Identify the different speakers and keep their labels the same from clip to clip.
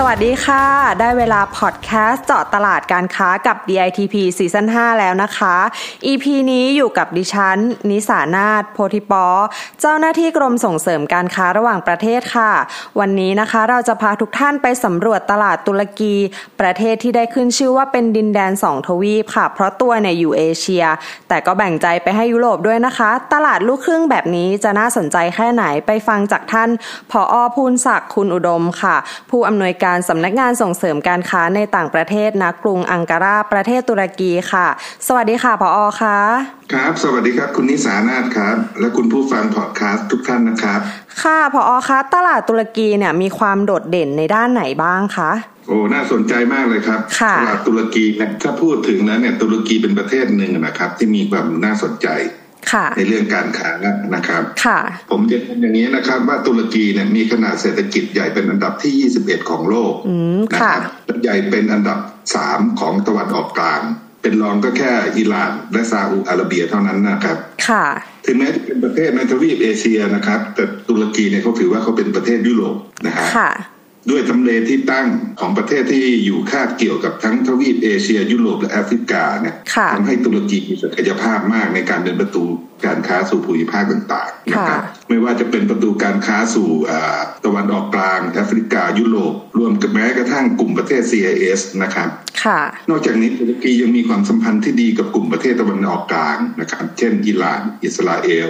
Speaker 1: สวัสดีค่ะ ได้เวลาพอดแคสต์เจาะตลาดการค้ากับ DITP ซีซั่น5แล้วนะคะ EP นี้อยู่กับดิฉัน นิสานาถโพธิปอ เจ้าหน้าที่กรมส่งเสริมการค้าระหว่างประเทศค่ะ วันนี้นะคะเราจะพาทุกท่านไปสำรวจตลาดตุรกี ประเทศที่ได้ขึ้นชื่อว่าเป็นดินแดน 2 ทวีปค่ะ เพราะตัวเนี่ยอยู่เอเชีย แต่ก็แบ่งใจไปให้ยุโรปด้วยนะคะ ตลาดลูกครึ่งแบบนี้จะน่าสนใจแค่ไหนไปฟังจากท่านผอพูนศักดิ์คุณอุดมค่ะ ผู้อำนวยการสำนักงานส่งเสริมการค้าในต่างประเทศนะกรุงอังการาประเทศตุรกีค่ะ สวัสดีค่ะผอค่ะ
Speaker 2: ครับ สวัสดีครับ คุณนิสานาถครับ และคุณผู้ฟังพอดคาสต์ทุกท่านนะครับ
Speaker 1: ค่ะผอคะตลาดตุรกีเนี่ยมีความโดดเด่นในด้านไหนบ้างคะ
Speaker 2: โอ้ น่าสนใจมากเลยครับ
Speaker 1: ค่ะ
Speaker 2: ตลาดตุรกีเนี่ยถ้าพูดถึงแล้วเนี่ยตุรกีเป็นประเทศหนึ่งนะครับ ที่มีความน่าสนใจ
Speaker 1: ค่ะ
Speaker 2: ในเรื่องการค้านะครับ
Speaker 1: ค่ะ
Speaker 2: ผมจะเป็นอย่างนี้นะครับว่าตุรกีเนี่ยมีขนาดเศรษฐกิจใหญ่เป็นอันดับที่ 21 ของโลก
Speaker 1: อืม
Speaker 2: นะ
Speaker 1: ค่ะ
Speaker 2: ครับและใหญ่เป็นอันดับ 3 ของตะวันออกกลาง เป็นรองก็แค่อิหร่านและซาอุอาระเบียเท่านั้นนะครับ
Speaker 1: ค่ะ
Speaker 2: ถึงแม้จะเป็นประเทศในทวีปเอเชียนะครับ แต่ตุรกีเนี่ยเขาถือว่าเขาเป็นประเทศยุโรปนะฮะ
Speaker 1: ค่ะ
Speaker 2: ด้วยทำเลที่ตั้งของประเทศที่อยู่คาบเกี่ยวกับทั้งทวีปเอเชีย ยุโรปและแอฟริกาเนี่ย
Speaker 1: ค่ะ
Speaker 2: ทำให้ตุรกีมีศักยภาพมากในการเป็นประตูการค้าสู่ภูมิภาคต่างๆนะครับไม่ว่าจะเป็นประตูการค้าสู่อ่าตะวันออกกลางแอฟริกายุโรปรวมกับแม้กระทั่งกลุ่มประเทศ CIS นะครับ
Speaker 1: ค่ะ
Speaker 2: นอกจากนี้ตุรกียังมีความสัมพันธ์ที่ดีกับกลุ่มประเทศตะวันออกกลางนะครับ เช่น อิหร่าน อิสราเอล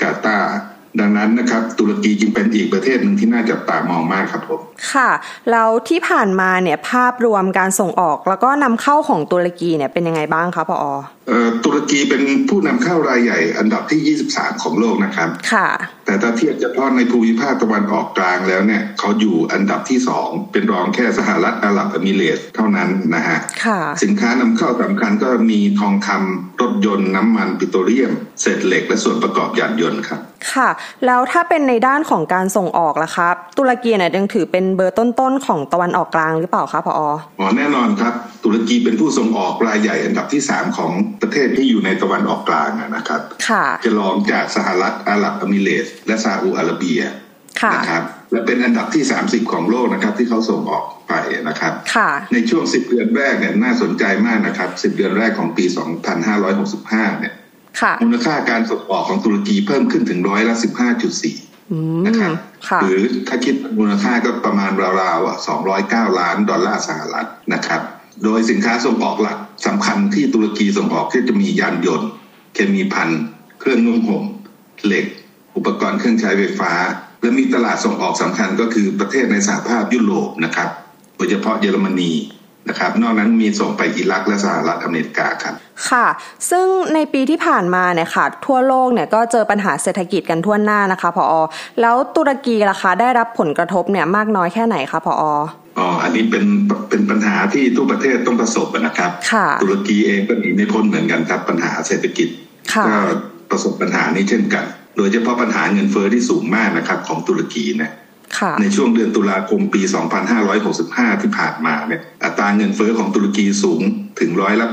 Speaker 2: กาตาร์ดังนั้นนะครับ ตุรกีจึงเป็นอีกประเทศหนึ่งที่น่าจับตามองมากครับผม
Speaker 1: ค่ะ แล้วที่ผ่านมาเนี่ยภาพรวมการส่งออกแล้วก็นำเข้าของตุรกีเนี่ยเป็นยังไงบ้างคะผอ
Speaker 2: เอ่อตุรกีเป็นผู้นำเข้ารายใหญ่อันดับที่ 23 ของโลกนะครับ
Speaker 1: ค่ะ
Speaker 2: แต่ถ้าเทียบเฉพาะในภูมิภาคตะวันออกกลางแล้วเนี่ยเขาอยู่อันดับที่ 2 เป็นรองแค่สหรัฐอาหรับเอมิเรตส์เท่านั้นนะฮะ
Speaker 1: ค่ะ
Speaker 2: สินค้านำเข้าสำคัญก็มีทองคำรถยนต์น้ำมันปิโตรเลียม เศษเหล็กและส่วนประกอบยานยนต์ครับ
Speaker 1: ค่ะ แล้วถ้าเป็นในด้านของการส่งออกล่ะครับ ตุรกีเนี่ยยังถือเป็นเบอร์ต้นๆของตะวันออกกลางหรือเปล่าคะผอ
Speaker 2: อ๋อแน่นอนครับ ตุรกีเป็นผู้ส่งออกรายใหญ่อันดับที่ 3 ของประเทศที่อยู่ในตะวันออกกลางอะนะครับ
Speaker 1: ค่ะ
Speaker 2: จะรองจากสหรัฐอาหรับเอมิเรตส์และซาอุอาระเบีย
Speaker 1: ค่ะ
Speaker 2: นะครับและเป็นอันดับที่ 30 ของโลกนะครับ ที่เขาส่งออกไปนะครับ
Speaker 1: ค่ะ
Speaker 2: ในช่วง 10 เดือนแรกเนี่ยน่าสนใจมากนะครับ 10 เดือนแรกของปี 2565 เนี่ย
Speaker 1: ค่ะ
Speaker 2: มูลค่าการส่งออกของตุรกีเพิ่มขึ้นถึงร้อยละ15.4
Speaker 1: อืม
Speaker 2: นะครับ
Speaker 1: ค่ะ
Speaker 2: หรือถ้าคิดมูลค่าก็ประมาณราวๆอ่ะ209 ล้านดอลลาร์สหรัฐนะครับ โดยสินค้าส่งออกหลักสำคัญที่ตุรกีส่งออกก็จะมียานยนต์ เคมีพันธุ์เครื่องนุ่งห่มเหล็ก อุปกรณ์เครื่องใช้ไฟฟ้า และมีตลาดส่งออกสำคัญก็คือประเทศในสหภาพยุโรปนะครับ โดยเฉพาะเยอรมนีนะครับ นอกนั้นมีส่งไปอิรักและสหรัฐอเมริกาครับ
Speaker 1: ค่ะ ซึ่งในปีที่ผ่านมาเนี่ยค่ะ ทั่วโลกเนี่ยก็เจอปัญหาเศรษฐกิจกันทั่วหน้านะคะผอ แล้วตุรกีล่ะคะได้รับผลกระทบเนี่ยมากน้อยแค่ไหนคะผอ
Speaker 2: อ๋อ อันนี้เป็นเป็นปัญหาที่ทุกประเทศต้องประสบอะนะครับ
Speaker 1: ค่ะ
Speaker 2: ตุรกีเองก็หนีไม่พ้นเหมือนกันครับปัญหาเศรษฐกิจ
Speaker 1: ค่ะ
Speaker 2: ก็ประสบปัญหานี้เช่นกัน โดยเฉพาะปัญหาเงินเฟ้อที่สูงมากนะครับของตุรกีนะ
Speaker 1: ค่ะ
Speaker 2: ในช่วงเดือนตุลาคมปี 2565 ที่ผ่านมาเนี่ยอัตราเงินเฟ้อของตุรกีสูงถึงร้อยละ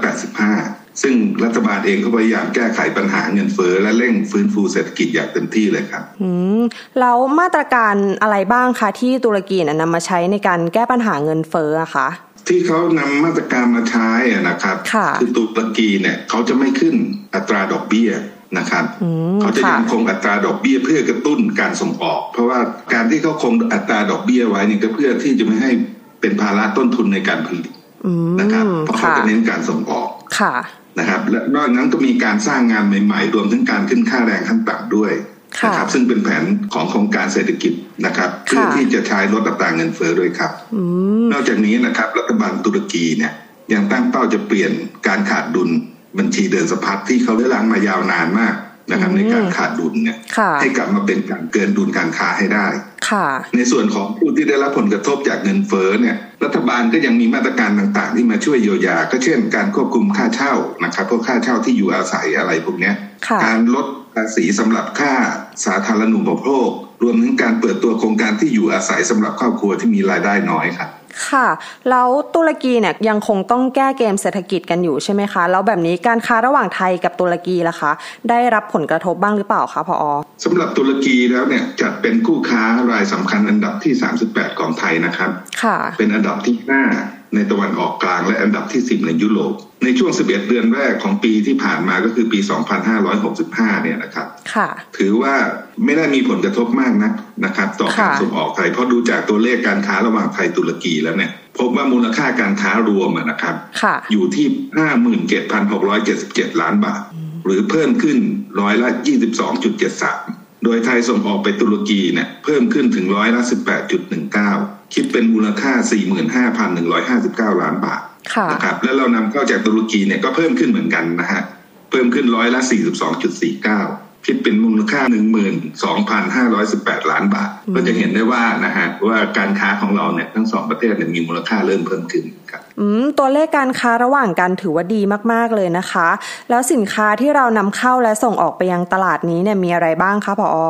Speaker 2: 85 ซึ่งรัฐบาลเองก็พยายามแก้ไขปัญหาเงินเฟ้อและเร่งฟื้นฟูเศรษฐกิจอย่างเต็มที่เลยครับ
Speaker 1: อืม แล้วมาตรการอะไรบ้างคะที่ตุรกีเนี่ยนำมาใช้ในการแก้ปัญหาเงินเฟ้ออะคะ
Speaker 2: ที่เขานำมาตรการมาใช้อะนะครับ
Speaker 1: ค่ะ
Speaker 2: อตุรกีเนี่ยเขาจะไม่ขึ้นอัตราดอกเบี้ยนะครับ
Speaker 1: อืม
Speaker 2: เขาจะ
Speaker 1: ค่ะ
Speaker 2: ยังคงอัตราดอกเบี้ยเพื่อกระตุ้นการส่งออก เพราะว่าการที่เขาคงอัตราดอกเบี้ยไว้เนี่ยก็เพื่อที่จะไม่ให้เป็นภาระต้นทุนในการผลิต
Speaker 1: อืม
Speaker 2: นะครับ เพราะเขา
Speaker 1: ค่ะ
Speaker 2: จะเน้นการส่งออก
Speaker 1: ค่ะ
Speaker 2: นะครับ และนอกจากนั้นก็มีการสร้างงานใหม่ ๆ รวมถึงการขึ้นค่าแรงขั้นต่ำด้วย
Speaker 1: ค่ะ
Speaker 2: นะครับ ซึ่งเป็นแผนของโครงการเศรษฐกิจนะครับเพื่อ
Speaker 1: ค่ะ
Speaker 2: ที่จะใช้ลดอัตราเงินเฟ้อด้วยครับ
Speaker 1: อืม
Speaker 2: นอกจากนี้นะครับรัฐบาลตุรกีเนี่ยยังตั้งเป้าจะเปลี่ยนการขาดดุลบัญชีเดินสะพัดที่เขาเลื้อรังมายาวนานมากนะครับ
Speaker 1: อืม
Speaker 2: ในการขาดดุลเนี่ย
Speaker 1: ค่ะ
Speaker 2: ให้กลับมาเป็นการเกินดุลการค้าให้ได้
Speaker 1: ค่ะ
Speaker 2: ในส่วนของผู้ที่ได้รับผลกระทบจากเงินเฟ้อเนี่ยรัฐบาลก็ยังมีมาตรการต่างๆ ที่มาช่วยเยียวยา ก็เช่น การควบคุมค่าเช่านะครับพวกค่าเช่าที่อยู่อาศัยอะไรพวกเนี้ย
Speaker 1: ค่ะ
Speaker 2: การลด ภาษีสำหรับค่าสาธารณูปโภค รวมถึงการเปิดตัวโครงการที่อยู่อาศัยสำหรับครอบครัวที่มีรายได้น้อยครับ
Speaker 1: ค่ะ แล้วตุรกีเนี่ยยังคงต้องแก้เกมเศรษฐกิจกันอยู่ใช่ไหมคะ แล้วแบบนี้การค้าระหว่างไทยกับตุรกีล่ะคะ ได้รับผลกระทบบ้างหรือเปล่าคะพออ
Speaker 2: สำหรับตุรกีแล้วเนี่ยจัดเป็นคู่ค้ารายสำคัญอันดับที่ 38 ของไทยนะครับ
Speaker 1: ค่ะ
Speaker 2: เป็นอันดับที่ 5 ในตะวันออกกลางและอันดับที่ 10 ในยุโรป ในช่วง 11 เดือนแรกของปีที่ผ่านมาก็คือปี 2565 เนี่ยนะครับ
Speaker 1: ค่ะ
Speaker 2: ถือว่าไม่ได้มีผลกระทบมากนักนะครับ ต่อ
Speaker 1: ค่ะ
Speaker 2: การส่งออกไทย เพราะดูจากตัวเลขการค้าระหว่างไทยตุรกีแล้วเนี่ยพบว่ามูลค่าการค้ารวมอะนะครับ
Speaker 1: ค่ะ
Speaker 2: อยู่ที่ 57,677 ล้านบาท หรือเพิ่มขึ้นร้อยละ 22.73 โดยไทยส่งออกไปตุรกีเนี่ยเพิ่มขึ้นถึงร้อยละ 18.19 คิดเป็นมูลค่า 45,159 ล้านบาท
Speaker 1: ค่ะ
Speaker 2: นะครับและเรานำเข้าจากตุรกีเนี่ยก็เพิ่มขึ้นเหมือนกันนะฮะ เพิ่มขึ้นร้อยละ 42.49 คิดเป็นมูลค่า 12,518 ล้านบาท ก็จะเห็นได้ว่านะฮะว่าการค้าของเราเนี่ยทั้งสองประเทศเนี่ยมีมูลค่าเริ่มเพิ่มขึ้นครับ
Speaker 1: อืมตัวเลขการค้าระหว่างกันถือว่าดีมากๆเลยนะคะ แล้วสินค้าที่เรานำเข้าและส่งออกไปยังตลาดนี้เนี่ยมีอะไรบ้างคะพออ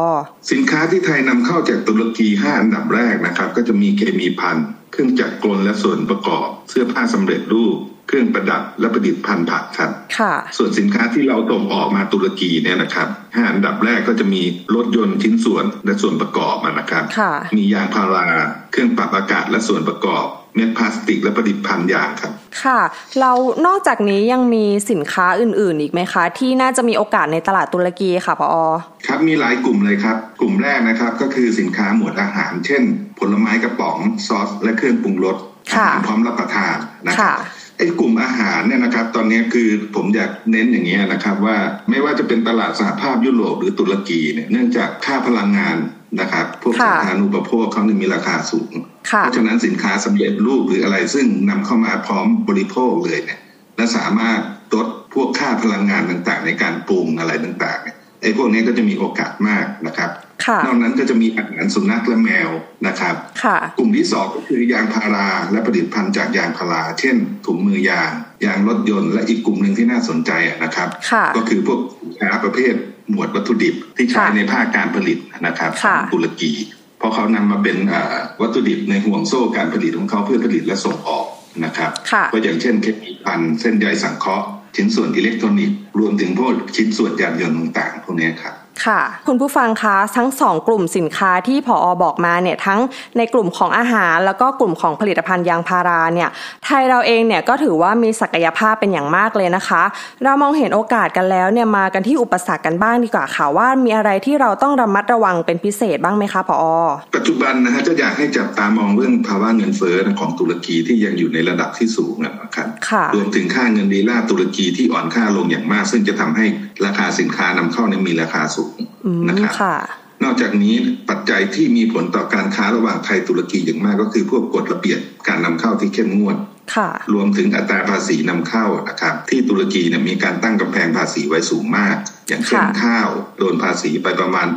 Speaker 2: สินค้าที่ไทยนำเข้าจากตุรกี 5 อันดับแรกนะครับ ก็จะมีเคมีพันธุ์เครื่องจักรกลและส่วนประกอบ เสื้อผ้าสำเร็จรูป เครื่องประดับและประดิษฐ์พันธุ์ผักครับ
Speaker 1: ค่ะ
Speaker 2: ส่วนสินค้าที่เราส่งออกมาตุรกีเนี่ยนะครับ 5 อันดับแรกก็จะมีรถยนต์ชิ้นส่วนและส่วนประกอบอะนะครับ
Speaker 1: ค่ะ
Speaker 2: มียางพารา เครื่องปรับอากาศและส่วนประกอบ เม็ดพลาสติกและประดิษฐ์พันธุ์ยางครับ
Speaker 1: ค่ะ เรานอกจากนี้ยังมีสินค้าอื่น ๆ อีกไหมคะ ที่น่าจะมีโอกาสในตลาดตุรกีค่ะพออ
Speaker 2: ครับมีหลายกลุ่มเลยครับ กลุ่มแรกนะครับก็คือสินค้าหมวดอาหาร เช่น ผลไม้กระป๋องซอส และเครื่องปรุงรสอา
Speaker 1: ค่ะ
Speaker 2: หารพร้อมรับประทานนะ
Speaker 1: ค่ะ
Speaker 2: ไอ้กลุ่มอาหารเนี่ยนะครับ ตอนนี้คือผมอยากเน้นอย่างนี้ยนะครับ ว่าไม่ว่าจะเป็นตลาดสหภาพยุโรปหรือตุรกีเนี่ยเนื่องจากค่าพลังงานนะครับ พวก
Speaker 1: ค่ะ
Speaker 2: สาธารณูปโภคเขาเนี่ยมีราคาสูง
Speaker 1: ค่ะ
Speaker 2: เพราะฉะนั้นสินค้าสำเร็จรูปหรืออะไรซึ่งนำเข้ามาพร้อมบริโภคเลยเนี่ยและสามารถลดพวกค่าพลังงานต่างๆ ในการปรุงอะไรต่างๆเนี่ยไอ้พวกนี้ก็จะมีโอกาสมากนะครับ
Speaker 1: ค่ะ
Speaker 2: นอกนั้นก็จะมีอาหารสุนัขและแมวนะครับ
Speaker 1: ค่ะ
Speaker 2: กลุ่มที่สองก็คือยางพาราและผลิตภัณฑ์จากยางพารา เช่นถุงมือยาง ยางรถยนต์และอีกกลุ่มหนึ่งที่น่าสนใจอะนะครับ
Speaker 1: ค่ะ
Speaker 2: ก็คือพวกสินค้าประเภทหมวดวัตถุดิบที่ใช้
Speaker 1: ค่ะ
Speaker 2: ในภาคการผลิตนะครับข
Speaker 1: ค่ะ
Speaker 2: องตุรกี เพราะเขานำมาเป็นอ่าวัตถุดิบในห่วงโซ่การผลิตของเขาเพื่อผลิตและส่งออกนะครับ
Speaker 1: ค่ะ
Speaker 2: ก็อย่างเช่นเคมีพันธุ์เส้นใยสังเคราะห์ชิ้นส่วนอิเล็กทรอนิกส์รวมถึงพวกชิ้นส่วนยานยนต์ต่างๆพวกเนี้ยครับ
Speaker 1: ค่ะ คุณผู้ฟังคะทั้งสองกลุ่มสินค้าที่ผออบอกมาเนี่ยทั้งในกลุ่มของอาหาร แล้วก็กลุ่มของผลิตภัณฑ์ยางพาราเนี่ยไทยเราเองเนี่ยก็ถือว่ามีศักยภาพเป็นอย่างมากเลยนะคะ เรามองเห็นโอกาสกันแล้วเนี่ยมากันที่อุปสรรคกันบ้างดีกว่าค่ะว่ามีอะไรที่เราต้องระมัดระวังเป็นพิเศษบ้างไหมคะผออ
Speaker 2: ปัจจุบันนะฮะก็อยากให้จับตามองเรื่องภาวะเงินเฟ้อของตุรกีที่ยังอยู่ในระดับที่สูงนะครับ
Speaker 1: ค่ะ
Speaker 2: รวมถึงค่าเงินลีลาตุรกีที่อ่อนค่าลงอย่างมาก ซึ่งจะทำให้ราคาสินค้านำเข้าเนี่ยมีราคาสูง
Speaker 1: อืม
Speaker 2: นะครับ
Speaker 1: ค่ะ
Speaker 2: นอกจากนี้ปัจจัยที่มีผลต่อการค้าระหว่างไทยตุรกีอย่างมากก็คือพวกกฎระเบียบการนำเข้าที่เข้มงวด
Speaker 1: ค่ะ
Speaker 2: รวมถึงอัตราภาษีนำเข้านะครับที่ตุรกีเนี่ยมีการตั้งกำแพงภาษีไว้สูงมาก อย่างเช่น
Speaker 1: ค่ะ
Speaker 2: ข้าวโดนภาษีไปประมาณ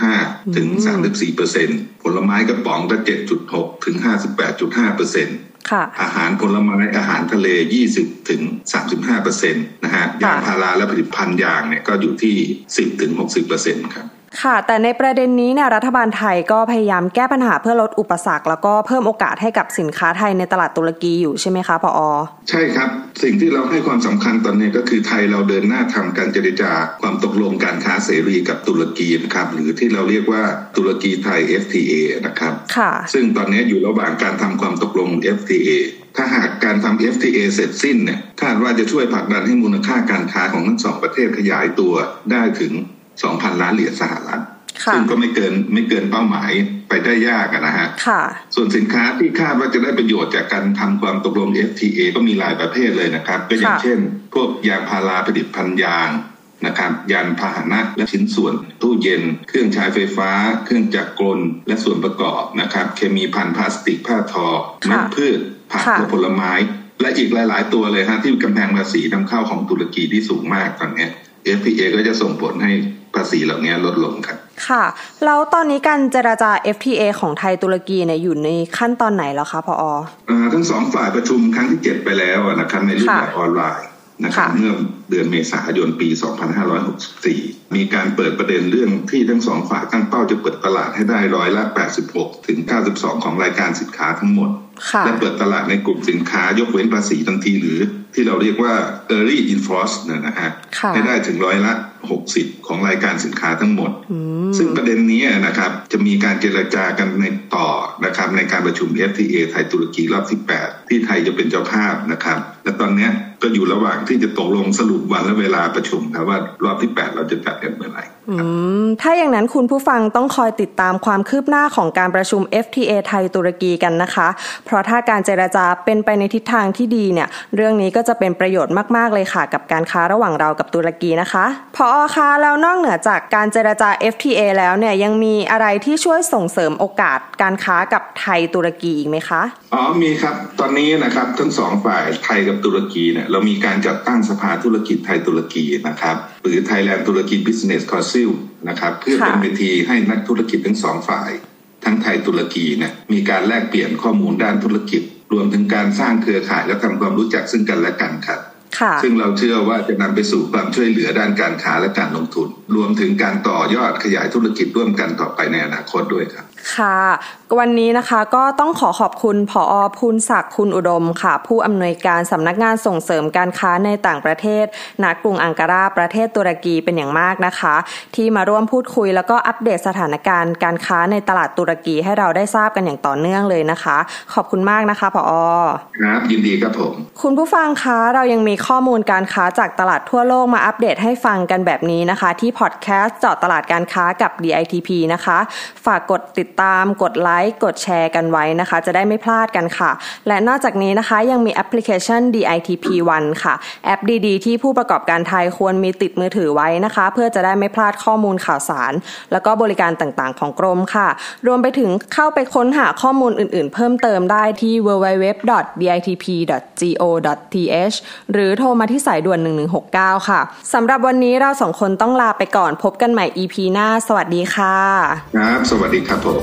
Speaker 2: 7.5 ถึง
Speaker 1: อืม
Speaker 2: 34เปอร์เซ็นต์ผลไม้กระป๋องก็ 7.6 ถึง 58.5เปอร์เซ็นต์
Speaker 1: ค่ะ
Speaker 2: อาหารผลไม้อาหารทะเล 20 ถึง 35เปอร์เซ็นต์นะฮะยางพาราและผลิตภัณฑ์ยางเนี่ยก็อยู่ที่ 10 ถึง 60เปอร์เซ็นต์ครับ
Speaker 1: ค่ะ แต่ในประเด็นนี้เนี่ยรัฐบาลไทยก็พยายามแก้ปัญหาเพื่อลดอุปสรรค แล้วก็เพิ่มโอกาสให้กับสินค้าไทยในตลาดตุรกีอยู่ใช่ไหมคะพออ
Speaker 2: ใช่ครับ สิ่งที่เราให้ความสำคัญตอนนี้ก็คือไทยเราเดินหน้าทำการเจรจาความตกลงการค้าเสรีกับตุรกีนะครับหรือที่เราเรียกว่าตุรกีไทย FTA นะครับ
Speaker 1: ค่ะ
Speaker 2: ซึ่งตอนนี้อยู่ระหว่างการทำความตกลง FTA ถ้าหากการทำ FTA เสร็จสิ้นเนี่ยคาดว่าจะช่วยผลักดันให้มูลค่าการค้าของทั้งสองประเทศขยายตัวได้ถึง 2,000 ล้านเหรียญสหรัฐ
Speaker 1: ค่ะ
Speaker 2: ซึ่งก็ไม่เกินไม่เกินเป้าหมายไปได้ยากอะนะฮะ
Speaker 1: ค่ะ
Speaker 2: ส่วนสินค้าที่คาดว่าจะได้ประโยชน์จากการทำความตกลง FTA ก็มีหลายประเภทเลยนะครับ ก็อย่าง
Speaker 1: ค่ะ
Speaker 2: เช่น พวกยางพาราผลิตภัณฑ์ยางนะครับ ยานพาหนะและชิ้นส่วน ตู้เย็น เครื่องใช้ไฟฟ้า เครื่องจักรกล และส่วนประกอบนะครับ เคมีพันธุ์พลาสติกผ้าทอ
Speaker 1: ค่ะ
Speaker 2: เม็ดพืช ผัก
Speaker 1: ค่ะ
Speaker 2: และผลไม้ และอีกหลาย ๆ ตัวเลยฮะที่กำแพงภาษีนำเข้าของตุรกีที่สูงมากตอนเนี้ย FTA ก็จะส่งผลให้ภาษีเหล่านี้ลดลงครับ
Speaker 1: ค่ะ แล้วตอนนี้การเจราจา FTA ของไทยตุรกีเนี่ยอยู่ในขั้นตอนไหนแล้วคะพออ
Speaker 2: อ่าทั้งสองฝ่ายประชุมครั้งที่ 7 ไปแล้วอะนะครับในรูปแบบ
Speaker 1: ค่ะ
Speaker 2: ออนไลน์ นะครับ
Speaker 1: ค่ะ
Speaker 2: เมื่อเดือนเมษายนปี 2564 มีการเปิดประเด็นเรื่องที่ทั้งสองฝ่ายตั้งเป้าจะเปิดตลาดให้ได้ร้อยละ 86 ถึง 92 ของรายการสินค้าทั้งหมด
Speaker 1: ค่ะ
Speaker 2: และเปิดตลาดในกลุ่มสินค้ายกเว้นภาษีทันทีหรือที่เราเรียกว่า early enforce เนี่ยนะฮะ
Speaker 1: ค่ะ
Speaker 2: ให้ได้ถึงร้อยละ 60 ของรายการสินค้าทั้งหมด ซึ่งประเด็นนี้นะครับจะมีการเจรจากันในต่อนะครับในการประชุม FTA ไทยตุรกีรอบที่8ที่ไทยจะเป็นเจ้าภาพนะครับ และตอนเนี้ยก็อยู่ระหว่างที่จะตกลงสรุปวันและเวลาประชุมนะว่ารอบที่ 8 เราจะจัดกันเมื่อไหร่ครับ
Speaker 1: อืมถ้าอย่างนั้นคุณผู้ฟังต้องคอยติดตามความคืบหน้าของการประชุม FTA ไทยตุรกีกันนะคะ เพราะถ้าการเจรจาเป็นไปในทิศทางที่ดีเนี่ย เรื่องนี้ก็จะเป็นประโยชน์มากๆเลยค่ะ กับการค้าระหว่างเรากับตุรกีนะคะ พอคะแล้วนอกเหนือจากการเจรจา FTA แล้วเนี่ยยังมีอะไรที่ช่วยส่งเสริมโอกาสการค้ากับไทยตุรกีอีกไหมคะ
Speaker 2: อ๋อมีครับตอนนี้นะครับทั้งสองฝ่ายไทยกับตุรกีเนี่ยเรามีการจัดตั้งสภาธุรกิจไทยตุรกีนะครับหรือ Thailand ตุรกี Business Council นะครับเพื่อเป็น
Speaker 1: ค่ะ
Speaker 2: เวทีให้นักธุรกิจทั้งสองฝ่าย ทั้งไทยตุรกีเนี่ยมีการแลกเปลี่ยนข้อมูลด้านธุรกิจ รวมถึงการสร้างเครือข่ายและทำความรู้จักซึ่งกันและกันครับ
Speaker 1: ค่ะ
Speaker 2: ซึ่งเราเชื่อว่าจะนำไปสู่ความช่วยเหลือด้านการค้าและการลงทุน รวมถึงการต่อยอดขยายธุรกิจร่วมกันต่อไปในอนาคตด้วยครับ
Speaker 1: ค่ะวันนี้นะคะก็ต้องขอขอบคุณผอพูนศักดิ์คุณอุดมค่ะ ผู้อำนวยการสำนักงานส่งเสริมการค้าในต่างประเทศณกรุงอังการาประเทศตุรกีเป็นอย่างมากนะคะ ที่มาร่วมพูดคุยแล้วก็อัปเดตสถานการณ์การค้าในตลาดตุรกีให้เราได้ทราบกันอย่างต่อเนื่องเลยนะคะ ขอบคุณมากนะคะผอ
Speaker 2: ครับ ยินดีครับผม
Speaker 1: คุณผู้ฟังคะเรายังมีข้อมูลการค้าจากตลาดทั่วโลกมาอัปเดตให้ฟังกันแบบนี้นะคะ ที่พอดแคสต์เจาะตลาดการค้ากับ DITP นะคะ ฝากกดติดตามกดไลค์กดแชร์กันไว้นะคะ จะได้ไม่พลาดกันค่ะ และนอกจากนี้นะคะยังมีแอปพลิเคชัน DITP One ค่ะ แอปดีๆ ที่ผู้ประกอบการไทยควรมีติดมือถือไว้นะคะ เพื่อจะได้ไม่พลาดข้อมูลข่าวสาร แล้วก็บริการต่างๆ ของกรมค่ะ รวมไปถึงเข้าไปค้นหาข้อมูลอื่นๆ เพิ่มเติมได้ที่ www.ditp.go.th หรือโทรมาที่สายด่วน 1169 ค่ะสำหรับวันนี้เราสองคนต้องลาไปก่อนพบกันใหม่ EP หน้า สวัสดีค่ะ
Speaker 2: ครับ สวัสดีครับผม